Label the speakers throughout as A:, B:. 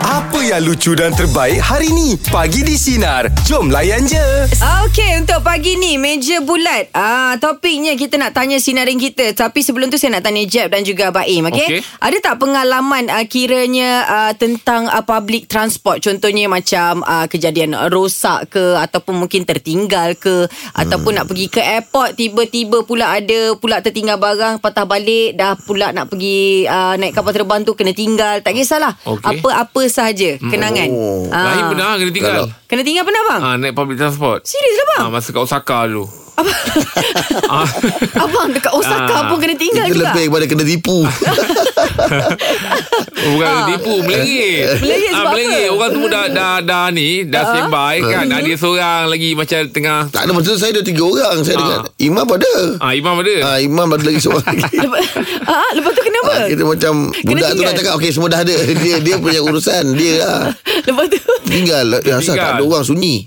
A: Apa yang lucu dan terbaik hari ni? Pagi di Sinar. Jom layan je.
B: Okey, untuk pagi ni meja bulat. Ah, topiknya kita nak tanya sinarin kita. Tapi sebelum tu saya nak tanya Jeb dan juga Baim, okey?
C: Okey.
B: Ada tak pengalaman ah, kiranya ah, tentang ah, public transport? Contohnya macam ah, kejadian rosak ke ataupun mungkin tertinggal ke ataupun nak pergi ke airport tiba-tiba pula ada pula tertinggal barang, patah balik dah pula nak pergi ah, naik kapal terbang tu kena tinggal. Tak kisahlah.
C: Okey.
B: Apa-apa sahaja kenangan.
A: Oh.
B: Ah.
C: Lain benda lah kena tinggal
A: Galak.
B: Kena tinggal pernah bang?
C: ha, Naik public transport
B: Serius lah bang?
C: ha, Masa kat Osaka dulu Ah.
B: Abang dekat Osaka
C: Ah.
B: pun kena tinggal
D: Itu
B: juga.
D: lebih kepada kena tipu
C: Oh, Bukan ha. tipu Melengit
B: Ah. Melengit sebab
C: Ah, Melengit
B: apa? Ah.
C: Orang tu dah, dah, dah ni Dah ha? sembai kan Ada seorang lagi Macam tengah
D: Tak ada maksud saya ada tiga orang Saya dengar Imam ada
C: Ah, Imam ada
D: ah, Imam ada lagi seorang lagi
B: Lepas, ah, lepas tu kenapa?
D: Ah, kita macam budak tu
B: tinggal.
D: nak cakap okey semua dah ada dia dia punya urusan dia lah.
B: Lepas tu
D: tinggal ya asal tak ada orang sunyi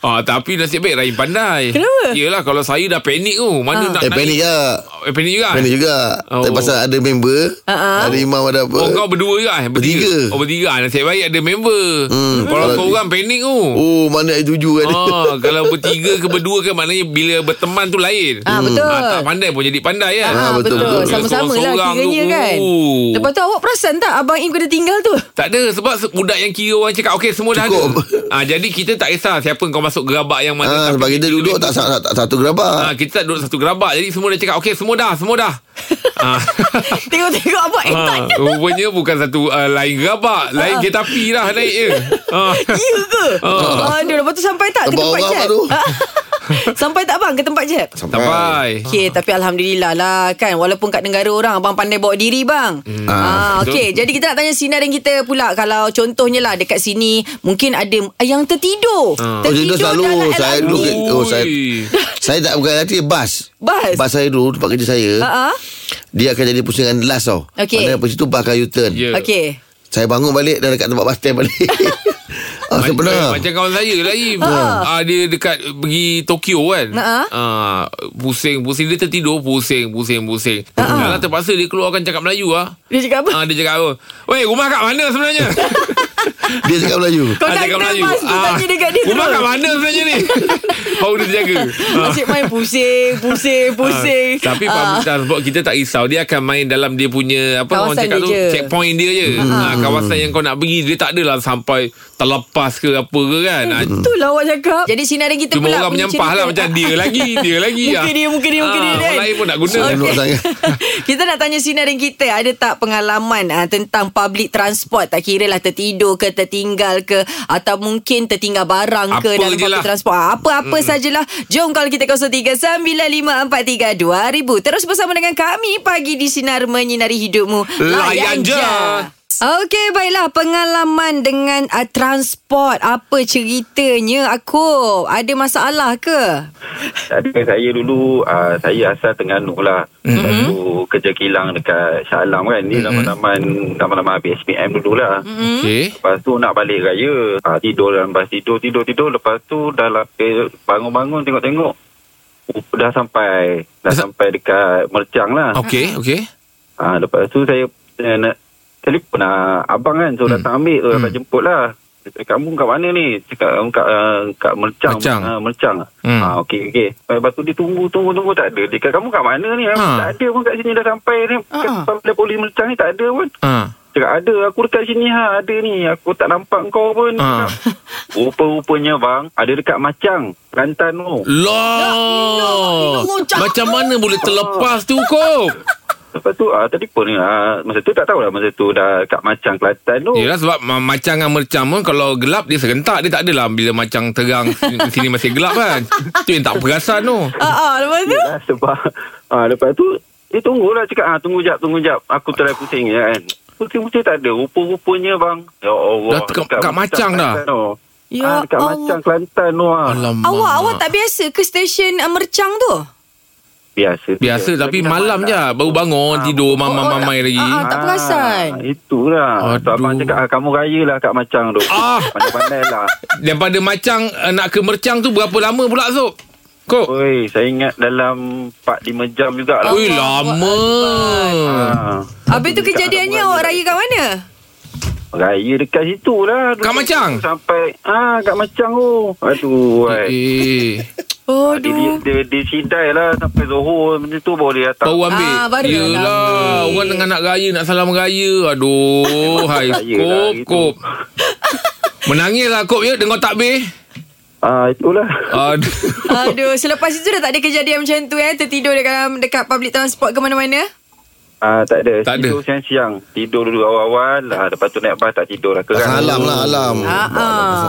C: ah, Tapi nasib baik Rahim pandai
B: Kenapa? Ah.
C: Yelah kalau saya dah panik tu Mana nak
D: eh
C: naik
D: panik ya
C: Eh, panik juga
D: panik juga
C: Oh.
D: tapi pasal ada member
B: Ah, ah.
D: ada imam ada apa
C: Oh kau berdua juga eh?
D: Bertiga.
C: Oh bertiga Ah, Nasib baik ada member
D: Hmm,
C: Kalau
D: kalau-
C: kau orang panik tu
D: oh mana ada tuju kan
C: Ah, kalau bertiga ke berdua ke maknanya bila berteman tu lain. Hmm.
B: Ah, betul.
C: tak pandai pun jadi pandai kan.
B: Ah,
D: Ah,
B: betul,
D: betul,
B: betul.
D: betul.
B: Sama-sama lah
C: Seorang-seorang
B: kiranya
C: tu,
B: kan.
C: oh.
B: Lepas tu awak perasan tak Abang Im kena tinggal tu?
C: Tak ada sebab se- budak yang kira orang cakap okey semua
D: Cukup.
C: dah ada. Ah jadi kita tak kisah siapa kau masuk gerabak yang mana.
D: Ah,
C: Tapi
D: sebab kita duduk tak, sa- tak
C: Ah
D: satu gerabak.
C: kita tak duduk satu gerabak jadi semua dah cakap okey semua dah semua dah. ah.
B: Tengok-tengok abang eh tak Ah.
C: Ah, rupanya bukan satu uh, lain gerabak, lain kereta api lah naik je. Ah.
B: Ya ke? Aduh, lepas tu sampai tak ke
D: Tempat
B: tempat
D: orang
B: Jeb?
D: baru.
B: sampai tak bang ke tempat Jeb?
C: Sampai.
B: Okay, tapi Alhamdulillah lah kan Walaupun kat negara orang Abang pandai bawa diri bang hmm. ah,
C: Ah,
B: Okay, jadi kita nak tanya sinar dan kita pula Kalau contohnya lah dekat sini Mungkin ada yang tertidur
C: Ah.
D: Oh, tidur selalu.
B: dalam
D: Saya
B: LRT.
D: dulu
C: Ui.
D: Oh, saya- Saya tak bukan hati bas.
B: Bas?
D: Bas saya dulu tempat kerja saya.
B: Ah, ah.
D: Dia akan jadi pusingan last tau.
B: Okey.
D: Mana lepas itu bas akan U-turn.
C: Ya.
B: Okay
D: Saya bangun balik dan dekat tempat bas stand balik. ah, saya
C: Macam-
D: pernah.
C: Macam kawan saya lah Im ah, Dia dekat Pergi Tokyo kan
B: Ha.
C: ah, Pusing Pusing Dia tertidur Pusing Pusing Pusing
B: Ha.
C: Alah terpaksa dia keluarkan Cakap Melayu lah
B: Dia cakap apa?
C: ah, Dia cakap apa Weh rumah kat mana sebenarnya Ah,
D: Dia cakap Melayu.
B: Kau nak kena mas tu tanya dekat dia
C: Rumah kat
B: terus.
C: mana sebenarnya ni Baru dia jaga Ah.
B: Asyik main pusing, pusing, pusing.
C: Ah, Tapi public transport kita tak risau Dia akan main dalam dia punya Apa
B: Kawasan dia
C: orang cakap tu
B: je. Hmm.
C: Checkpoint dia je ah, Kawasan yang kau nak pergi Dia tak adalah sampai Terlepas ke apa ke kan Ah,
B: Betul lah awak cakap. Jadi sinar kita
C: Cuma
B: pula.
C: orang
B: punya
C: menyampah
B: cerita.
C: lah Macam dia lagi Dia lagi
B: Muka
C: ah.
B: dia, muka dia, muka dia,
C: Ah,
B: kan?
C: Orang lain pun nak guna
D: Tengok sangat.
B: kita nak tanya sinar kita Ada tak pengalaman ah, Tentang public transport Tak kira lah tertidur ke Tertinggal ke Atau mungkin tertinggal barang ke
C: Apa
B: Dalam
C: je
B: public
C: lah.
B: transport Ah, Apa-apa sajalah Jom kalau kita 0395432000 Terus bersama dengan kami Pagi di Sinar Menyinari Hidupmu
C: Layan je.
B: Okey, baiklah. Pengalaman dengan uh, transport. Apa ceritanya, aku Ada masalah ke?
E: Tak ada saya dulu uh, saya asal Terengganu lah. Mm-hmm. Lepas tu kerja kilang dekat Shah Alam kan. Ni zaman-zaman zaman-zaman habis SPM dulu lah. Mm-hmm.
B: Hmm.
C: Okey
E: Lepas tu nak balik raya. Uh, tidur dalam bas tidur tidur tidur lepas tu dah lapis bangun-bangun tengok-tengok. Uh, dah sampai dah
C: Dah sa-
E: sampai dekat Mercang lah.
C: Okey Okey
E: Ah ha, lepas tu saya eh, nak telefon lah abang kan so datang ambil so dapat jemput lah. Dia cakap, kamu kat mana ni? Cakap kamu kat uh, kat Mercang.
C: Mercang.
E: Ah, Mercang.
C: Hmm.
E: Ah okey okey. Lepas tu dia tunggu tunggu tunggu tak ada. Dia kata kamu kat mana ni? "Ah,
C: Ha.
E: Tak ada pun kat sini dah sampai ni. Kat Sampai polis Mercang ni tak ada pun.
C: Ah.
E: Cakap ada aku dekat sini ha ada ni. Aku tak nampak kau pun.
C: Ha.
E: Rupa-rupanya bang ada dekat Macang, Kelantan tu.
C: Loh Macam mana boleh terlepas tu kau
E: Lepas tu ah telefon ni ah masa tu tak tahulah masa tu dah kat Macang Kelantan tu.
C: Yelah sebab ma- macang dengan mercam pun Kalau gelap dia serentak Dia tak adalah Bila macang terang sini- Sini masih gelap kan Tu yang tak perasan tu
B: Ah, ah lepas tu?
E: Yelah, lah sebab ah, lepas tu dia tunggu lah cakap ah, tunggu jap tunggu jap aku try pusing je kan pusing-pusing tak ada rupa-rupanya bang ya Allah
C: Dah dekat- dekat Macang dah.
E: Kelantan tu.
B: Ya
E: ah, dekat
B: Allah.
E: Macang Kelantan tu ah.
C: Alamak
B: Awak, awak tak biasa ke stesen uh, Mercang tu?
E: biasa tu
C: Biasa
E: je.
C: tapi
E: Tapi
C: malam je Baru bangun Tidur mamai-mamai lagi
B: Ah, tak perasan.
E: Ah, itulah so,
C: Aduh.
E: abang cakap ah, kamu raya lah kat Macang tu
C: Ah.
E: pandai-pandai lah
C: Daripada macang eh, Nak ke mercang tu Berapa lama pula Sob Kok
E: Oi, saya ingat dalam 4-5 jam
B: Oh,
E: jugalah
C: Ui lama
E: Ah.
B: Habis tu kejadiannya awak raya kat mana?
E: Raya dekat situ lah. Dulu
C: Kat Macang?
E: Sampai, ah kat Macang tu. Aduh, ai.
C: Eh,
B: Oh,
E: Ah, Dia, dia, dia, dia sidai lah sampai Zohor benda tu baru dia datang.
C: tahu ambil.
B: Ah, baru
C: Yelah,
B: lah.
C: orang tengah nak raya, nak salam raya. Aduh, hai,
E: Raya lah,
C: kop,
E: gitu.
C: kop. Menangis lah kop ya, dengar takbir.
E: Ah, itulah.
C: Aduh.
B: Aduh, selepas itu dah tak ada kejadian macam tu eh Tertidur dekat, dekat public transport ke mana-mana
E: Ah, tak ada.
C: Tak ada.
E: tidur siang-siang. Tidur dulu awal-awal. Lah. Lepas tu naik bas tak tidur lah.
C: Kan?
E: Kerang.
D: Alam lah alam
B: Ah, ah.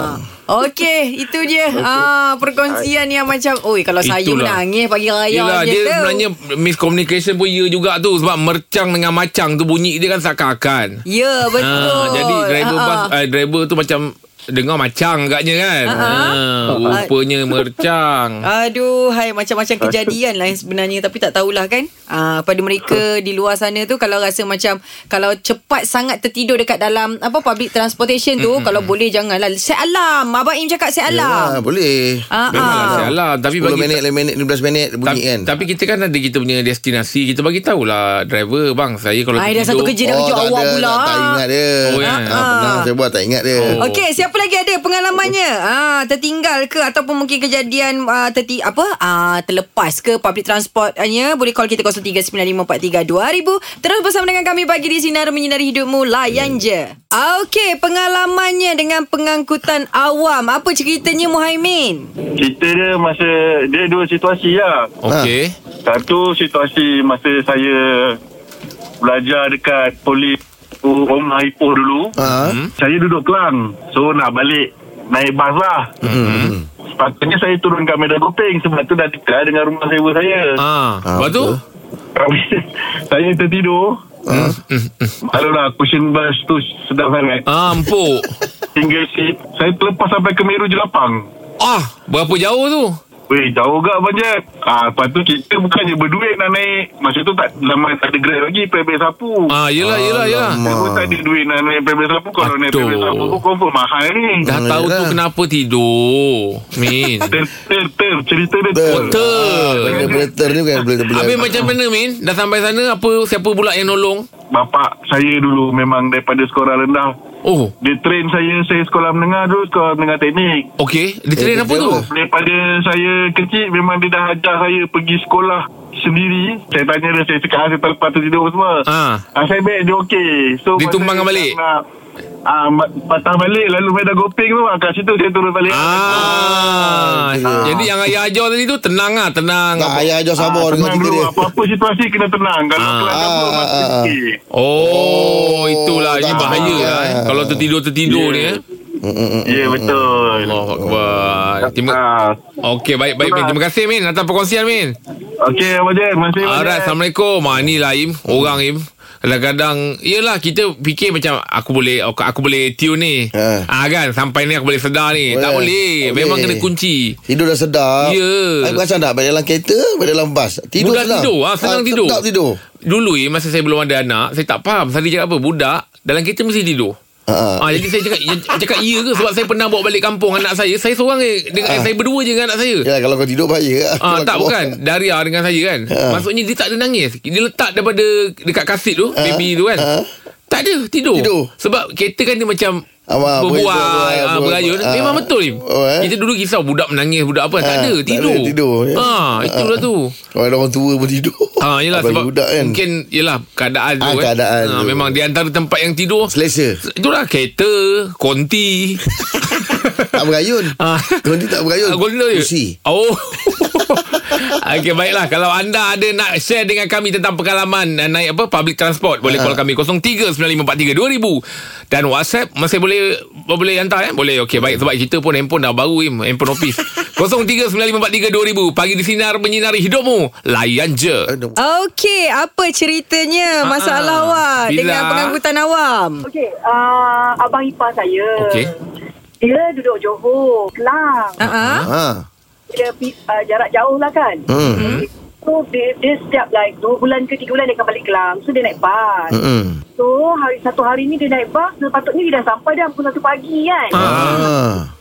B: Okey, itu dia ah, perkongsian yang macam Oi, kalau saya
C: Itulah.
B: menangis pagi raya
C: Yelah,
B: je
C: dia
B: tu.
C: sebenarnya miscommunication pun ya juga tu. Sebab mercang dengan macang tu bunyi dia kan sakakan.
B: Ya, betul
C: Ah, jadi
B: Ah,
C: driver uh bas
B: ah.
C: uh, driver tu macam dengar macang agaknya kan.
B: Ah, ah.
C: Ah, rupanya mercang.
B: Aduh, hai macam-macam kejadian lah yang sebenarnya tapi tak tahulah kan. Ah pada mereka di luar sana tu kalau rasa macam kalau cepat sangat tertidur dekat dalam apa public transportation tu kalau boleh janganlah set alarm. Abang Im cakap set
D: Yalah,
B: alarm.
D: boleh
B: Ah
C: Ya, Memang lah,
B: ah.
C: salah tapi
D: 10
C: bagi
D: minit, 5 minit, 15 minit dia bunyi
C: tapi,
D: kan
C: tapi kita kan ada kita punya destinasi kita bagi tahulah driver bang saya kalau
B: Ai dah Ah, satu kerja dah kerja
D: Oh, tak
B: awak
D: ada,
B: pula. Ah.
D: tak, tak ingat dia
C: Oh,
D: oh,
C: ya.
D: ya. ha, Pernah saya buat tak ingat dia
C: Oh.
D: oh.
B: Okey, siapa lagi ada pengalamannya? Ah, tertinggal ke ataupun mungkin kejadian ah, terti apa? Ah, terlepas ke public transportnya? Boleh call kita 0395432000. Terus bersama dengan kami pagi di sinar menyinari hidupmu layan je. Ah, Okey, pengalamannya dengan pengangkutan awam. Apa ceritanya Muhaimin?
F: Cerita dia masa Dia dua situasi lah
C: okey
F: Satu situasi masa saya Belajar dekat polis Omah Ipoh dulu
D: Ha?
C: Hmm.
F: Saya duduk Kelang So nak balik Naik bas lah
C: Mm-hmm.
D: Hmm.
F: Sepatutnya saya turun kat Medan Kuping Sebab tu dah dekat dengan rumah sewa saya
C: ah
D: Ah,
C: lepas tu
D: betul.
F: Tapi Saya tertidur
D: Ha?
C: Mm-hmm.
F: Malulah cushion bus tu sedap sangat
C: ah empuk
F: Hingga si Saya terlepas sampai ke Meru Jelapang
C: ah berapa jauh tu
F: Weh jauh gak Abang Jack ah, Lepas tu kita bukannya berduit nak naik Masa tu tak lama tak ada grab lagi Pebel sapu ah.
C: ah yelah yelah yelah
D: Alamak.
F: Saya pun tak ada duit nak naik pebel sapu Kalau naik
C: Aduh.
F: pebel sapu pun confirm mahal ni
C: dah
D: Ah,
C: tahu tu
D: yelah.
C: kenapa tidur min
F: Ter ter ter Cerita dia
D: Ter.
F: ter
C: betul
D: Operator ni bukan boleh boleh.
C: Habis macam mana Min? Dah sampai sana apa siapa pula yang nolong?
F: Bapak saya dulu memang daripada sekolah rendah
C: Oh,
F: Dia train saya Saya sekolah menengah dulu Sekolah menengah teknik
C: okey. Dia train
D: dia
C: apa tu?
D: jawab.
F: Daripada saya kecil Memang dia dah ajar saya Pergi sekolah sendiri Saya tanya dia Saya cakap "Ah, Saya terlepas tertidur semua
C: Ah.
F: Ah, saya baik dia okey. So
C: Dia
F: masa
C: tumbangkan
F: saya
C: balik?
F: Nak, ah, ma- patah balik lalu saya dah gopeng tu ah, kat situ saya turun balik.
C: Ah, jadi yang ayah ajar tadi tu tenang ah, tenang.
D: Tak ayah ajar sabar
F: Ah,
D: dengan
F: tenang
D: cerita
F: dulu
D: dia.
F: Apa-apa situasi kena tenang Kalau
C: Ah.
F: ah, kelakar pun
D: Ah,
F: masa
D: ah, ah.
F: fikir.
C: Oh, itulah ini
D: tak
C: bahaya
D: apa.
C: lah. Eh. Kalau tertidur-tertidur ni eh.
F: Ya yeah, betul
C: Allah Akbar. Terima
F: ah.
C: Okey, baik baik Min. Terima kasih Min atas perkongsian Min.
F: Okey Abang Jen Masih
C: Alright, Assalamualaikum. Ha inilah Im, orang Im. Kadang-kadang Yelah kita fikir macam Aku boleh Aku, aku boleh tune ni ha.
D: Ha.
C: kan Sampai ni aku boleh sedar ni Tak boleh
D: Boleh. Tak
C: Memang kena
D: boleh.
C: kunci
D: Tidur dah sedap
C: Ya.
D: Saya perasan tak Baik dalam kereta Baik dalam bas Tidur
C: Budak
D: senang
C: tidur ha, Senang
D: Ah,
C: tidur
D: Sedap tidur
C: Dulu eh Masa saya belum ada anak Saya tak faham Sari cakap apa Budak Dalam kereta mesti tidur
D: Ha.
C: Ah, jadi saya cakap ya, cakap iya ke sebab saya pernah bawa balik kampung anak saya. Saya seorang eh dengan
D: Ah.
C: saya berdua je dengan anak saya.
D: Ya kalau kau tidur bahaya
C: Ah
D: Kalau
C: tak
D: kau-
C: bukan Daria dengan saya kan
D: Ah.
C: Maksudnya dia tak ada nangis Dia letak daripada Dekat kasut tu Baby tu kan
D: Ah.
C: Tak ada tidur.
D: Tidur.
C: Sebab kereta kan dia macam
D: Abang,
C: Berbual
D: berbual,
C: ah,
D: berbual.
C: Berayun
D: Ah.
C: Memang betul ni
D: Oh, eh?
C: Kita dulu kisah Budak menangis Budak apa Tak
D: Ah,
C: ada
D: tak ada,
C: Tidur
D: tidur, ya.
C: Ah, Itulah
D: Ah.
C: tu
D: Kalau ada orang tua pun tidur
C: Ah, yelah
D: Abang
C: sebab
D: budak kan
C: mungkin yelah keadaan tu
D: Ah,
C: kan.
D: keadaan
C: Ah,
D: tu.
C: memang di antara tempat yang tidur
D: Selesa
C: itulah kereta, konti.
D: Tak berayun
C: Ah.
D: Kondi tak
C: Ah,
D: berayun
C: Golden Lawyer.
D: Kursi
C: Oh. Okey baiklah kalau anda ada nak share dengan kami tentang pengalaman eh, naik apa public transport boleh call kami 0395432000 dan WhatsApp masih boleh boleh hantar eh boleh okey baik sebab kita pun handphone dah baru Im handphone office 0395432000 pagi di sinar menyinari hidupmu layan je
B: Ah.
D: Aduh.
B: Okey, apa ceritanya masalah
C: Ah,
B: awak
C: Bila?
B: dengan pengangkutan awam?
G: Okey, uh, abang ipar saya.
C: Okey.
G: Dia duduk Johor, Kelang.
B: Ha ah.
D: Ha.
G: Dia pi- uh, jarak jauh lah kan.
D: Hmm.
G: So, dia, dia setiap like 2 bulan ke 3 bulan dia akan balik Kelang. So, dia naik bas.
D: Hmm.
G: So, hari satu hari ni dia naik bas. Sepatutnya dia dah sampai dah pukul 1 pagi kan.
C: Ah.
D: Ha.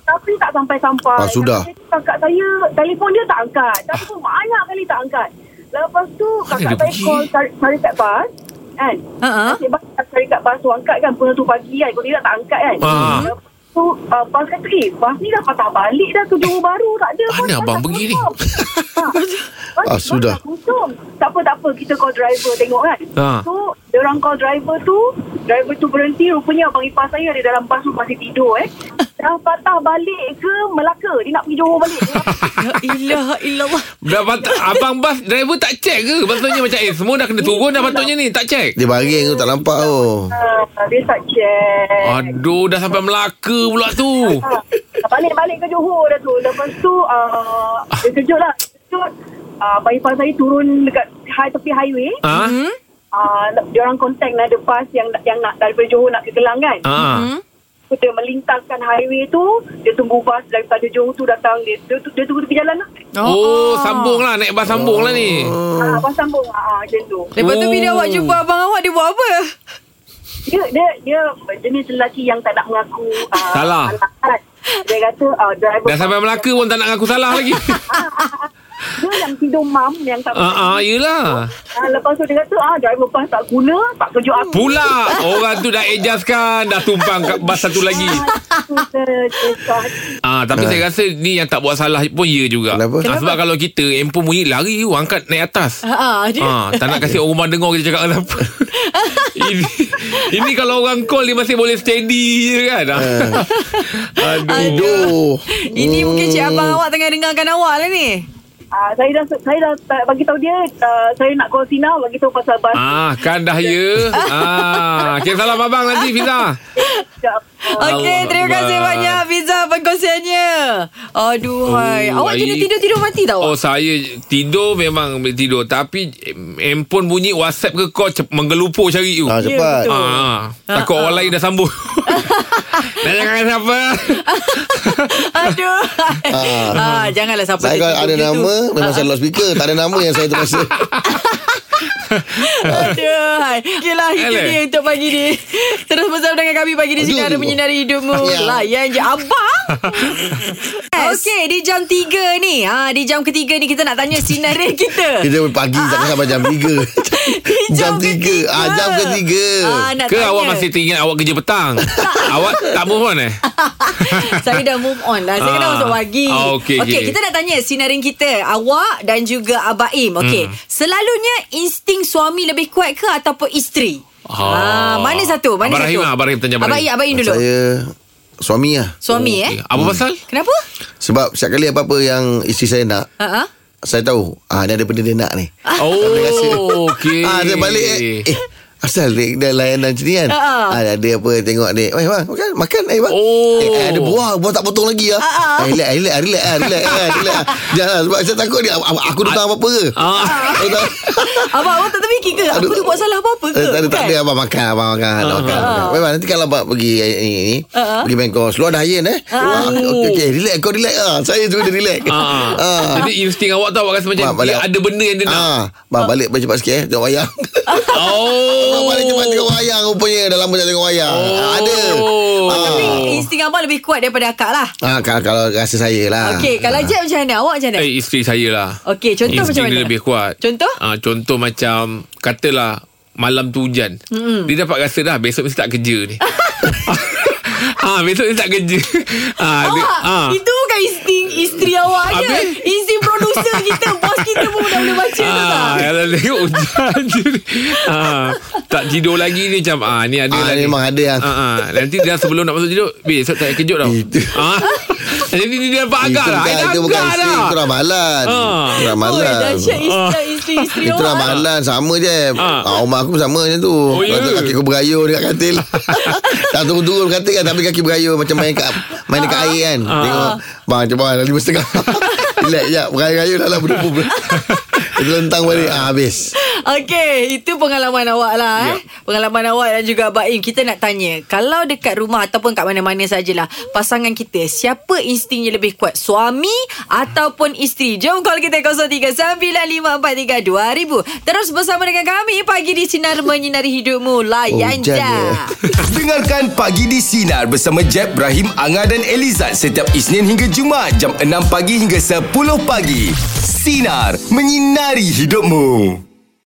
G: Tapi tak sampai-sampai.
D: Ah, sudah.
G: Tapi Kakak saya, telefon dia tak angkat. Telefon banyak kali tak angkat. Lepas tu,
C: Mana dia
G: kakak saya
C: pergi?
G: call cari, cari kat bas. kan.
C: Ah,
B: Ha-ha.
G: Nasib baik tak cari kat bas tu angkat kan. Pukul tu pagi kan. Kalau tidak tak angkat kan.
C: Ha.
G: Lepas tu uh, bas kata eh bas ni dah patah balik dah ke Johor Baru. Tak ada.
C: Mana
G: bas
C: abang
G: dah
C: pergi ni?
G: kosong. Ha. Bas-
D: Ah,
G: bas
D: sudah.
G: dah kosong. Tak apa tak apa kita call driver tengok kan.
C: Ha.
G: So dia orang call driver tu. Driver tu berhenti rupanya abang ipar saya ada dalam bas tu masih tidur eh. Dah patah balik ke Melaka. Dia nak pergi Johor balik. Dia nak
B: La ilaha illallah.
C: Dah patut, abang bas driver tak check ke? Patutnya macam eh semua dah kena turun dah patutnya ni tak check.
D: Dia baring tu tak nampak oh.
G: Ah, dia tak check.
C: Aduh dah sampai Melaka pula tu.
G: Ha, balik-balik ke Johor dah tu. Lepas tu, uh, dia kejut lah. Kejut, uh, bayi pas saya turun dekat high, tepi highway.
C: Ha?
G: Uh, dia orang contact lah ada bus yang yang nak daripada Johor nak ke Kelang kan.
C: Ha.
G: So, dia melintaskan highway tu, dia tunggu bus daripada Johor tu datang. Dia, dia, tu- dia tunggu tepi jalan lah.
C: Oh, sambung lah naik bas sambung lah ni.
G: Ah, bus sambung. Ah, ah, macam tu.
B: Lepas tu bila
C: Oh.
B: awak jumpa abang awak dia buat apa?
G: Dia, dia, dia jenis lelaki yang tak nak mengaku. Uh,
C: Salah.
G: Anak, kan. Dia kata, uh, driver
C: Dah sampai Melaka pun tak nak ngaku salah lagi.
G: dia yang tidur mam yang tak
C: Ah, ah, yelah.
G: Ah, lepas tu dia kata, ah, driver bus tak guna, tak kejut aku.
C: Pula orang tu dah adjustkan, dah tumpang kat bas satu lagi.
G: Ah, tu dia cakap.
C: Ah, tapi saya rasa ni yang tak buat salah pun ya juga.
D: Kenapa?
C: Ah, sebab kalau kita handphone bunyi lari you angkat naik atas.
B: Ha ah, dia.
C: Ah, tak nak kasi orang rumah dengar kita cakap kenapa. ini, ini kalau orang call dia masih boleh steady je kan. Ah. Aduh.
D: Tidur.
B: Ini mungkin cik
D: Hmm.
B: abang awak tengah dengarkan awak lah ni.
G: Ah, saya dah saya dah tak bagi tahu dia ah, saya nak call Sina bagi tahu pasal bus.
C: Ah, kan dah ya. Ah, okay, salam abang nanti Fiza.
G: Sekejap.
B: Okey,
C: Allah
B: terima kasih
C: Akbar.
B: banyak Fiza pengkongsiannya. Aduh,
C: Oh,
B: awak jenis
C: ai-
B: tidur-tidur mati tak awak?
C: Oh, saya tidur memang boleh tidur tapi em, handphone bunyi WhatsApp ke call cep- menggelupur cari you.
D: Ah,
B: Ya,
D: cepat.
B: betul.
C: Ah, takut orang lain dah sambung. Dah jangan siapa.
B: Aduh. ah, janganlah siapa
D: Saya kalau
B: tertidur
D: ada
B: gitu.
D: nama
B: Ah.
D: Memang saya loudspeaker Tak ada nama yang saya terasa
B: Aduh. Okey lah, itu
C: Alah.
B: dia untuk pagi ni. Terus bersama dengan kami pagi di sini ada
D: Aduh.
B: menyinari hidupmu.
D: Ya.
B: Layan je abang. Okey, di jam 3 ni. Ha, di jam ketiga ni kita nak tanya sinarai kita.
D: Kita pagi Tak sampai jam 3 Jam 3 ah, Jam ke
B: Ah,
D: 3
B: nak
C: Ke
B: tanya.
C: awak masih teringat awak kerja petang? awak tak move on eh?
B: Saya dah move on lah Saya kena
C: Ah.
B: masuk pagi
C: Ah, okey,
B: okay,
C: okey.
B: Kita nak tanya Sinarin kita Awak dan juga Abaim Okay hmm. Selalunya Insting suami lebih kuat ke Ataupun isteri Ah,
C: Ah.
B: Mana satu Mana
C: Abang Rahim
B: satu
C: lah, Abang Rahim tanya Abang
B: Abang
C: Rahim.
B: Im, Abang Im dulu
D: Saya Suami lah
B: Suami eh
C: Okey. Apa pasal?
B: Kenapa?
D: Sebab setiap kali apa-apa yang Isteri saya nak
B: Ha-ha.
D: Saya tahu ah, Dia ada benda dia nak ni
B: Ah.
C: Oh, okey.
D: ah, Dia balik eh, eh Asal dia, dia layanan macam ni kan
B: Ah, ah.
D: ah, Dia apa tengok dia Eh bang makan Makan eh bang
C: Oh.
D: eh, Ada buah Buah tak potong lagi lah ah, Relax ah, relax ah, Relax ah, relax, ah, relax ah. Jangan sebab saya takut dia Aku aku datang apa-apa ke
C: Ah.
D: Aku tak-
B: Abang awak tak terfikir ke? Aku
D: Aduh.
B: tu buat salah apa-apa ke?
D: Eh, Tak ada, tak ada
B: Kan?
D: abang makan Abang makan abang
C: Ah,
D: makan, abang makan. Memang nanti kalau abang pergi eh, ni, ni
B: Ah.
D: Pergi main kos Luar dah ayan eh ah, okay, okay, relax Kau relax ah. Saya juga dia relax
C: Ah.
D: Ah.
C: Jadi insting awak tu awak rasa macam
D: Mak, balik.
C: dia ada benda yang dia nak.
D: Ah, bang balik cepat sikit eh Tengok wayang Ah.
C: Oh.
D: Bang balik cepat tengok wayang Rupanya dah lama tak tengok wayang ah, Ada
C: Oh.
B: Tapi insting abang lebih kuat daripada akak lah
D: ah, kalau, kalau rasa saya lah
B: Okay, kalau Jack macam mana? Awak macam mana?
C: Eh, isteri saya lah.
B: Okey, contoh
C: Insting
B: macam mana?
C: dia lebih kuat.
B: Contoh?
C: Ah, contoh macam, katalah malam tu hujan. Mm-hmm. Dia dapat rasa dah besok mesti tak kerja ni. ah, besok mesti tak kerja. ah, dia,
B: Awak
C: ah.
B: Oh, Itu bukan insting Isteri awak je
C: Habis?
B: Insting producer kita Bos kita pun dah boleh baca tu tak
C: Ah, kalau tengok hujan je ni. ah, tak tidur lagi ni macam ah ni ada
D: Ah,
C: lah
D: ni
C: ni.
D: memang ada yang-
C: ah, ah. nanti dia sebelum nak masuk tidur besok tak payah kejut tau
D: Itu-
C: ah jadi dia dapat
D: Itu
C: agak lah
D: bukan,
C: Dia
D: itu bukan
C: agak
D: isteri Itu
C: dah
D: ramalan
C: Ah.
D: Itu
B: Oh
D: ramalan
B: dahsyat Isteri Isteri
D: Itu
B: awak
D: ramalan Sama je
C: Ah.
D: ah. Rumah aku pun sama macam tu oh,
C: ya?
D: yeah. Kaki aku berayur Dekat katil Tak turun-turun katil kan Tapi kaki berayur Macam main kat Main dekat air kan Tengok Bang cuba Dah lima setengah Relax sekejap Berayur-ayur Dah lah berdua Itu lentang balik ah, Habis
B: Okey, itu pengalaman awak lah eh.
C: Ya.
B: Pengalaman awak dan juga Abang Im. Kita nak tanya, kalau dekat rumah ataupun kat mana-mana sajalah, pasangan kita, siapa instingnya lebih kuat? Suami ataupun isteri? Jom call kita 0395432000. Terus bersama dengan kami pagi di Sinar Menyinari Hidupmu. Layan oh,
D: Oh, hujan
B: je.
D: dia.
A: Dengarkan Pagi di Sinar bersama Jeb, Ibrahim, Anga dan Elizad setiap Isnin hingga Jumaat jam 6 pagi hingga 10 pagi. Sinar, menyinari hidupmu.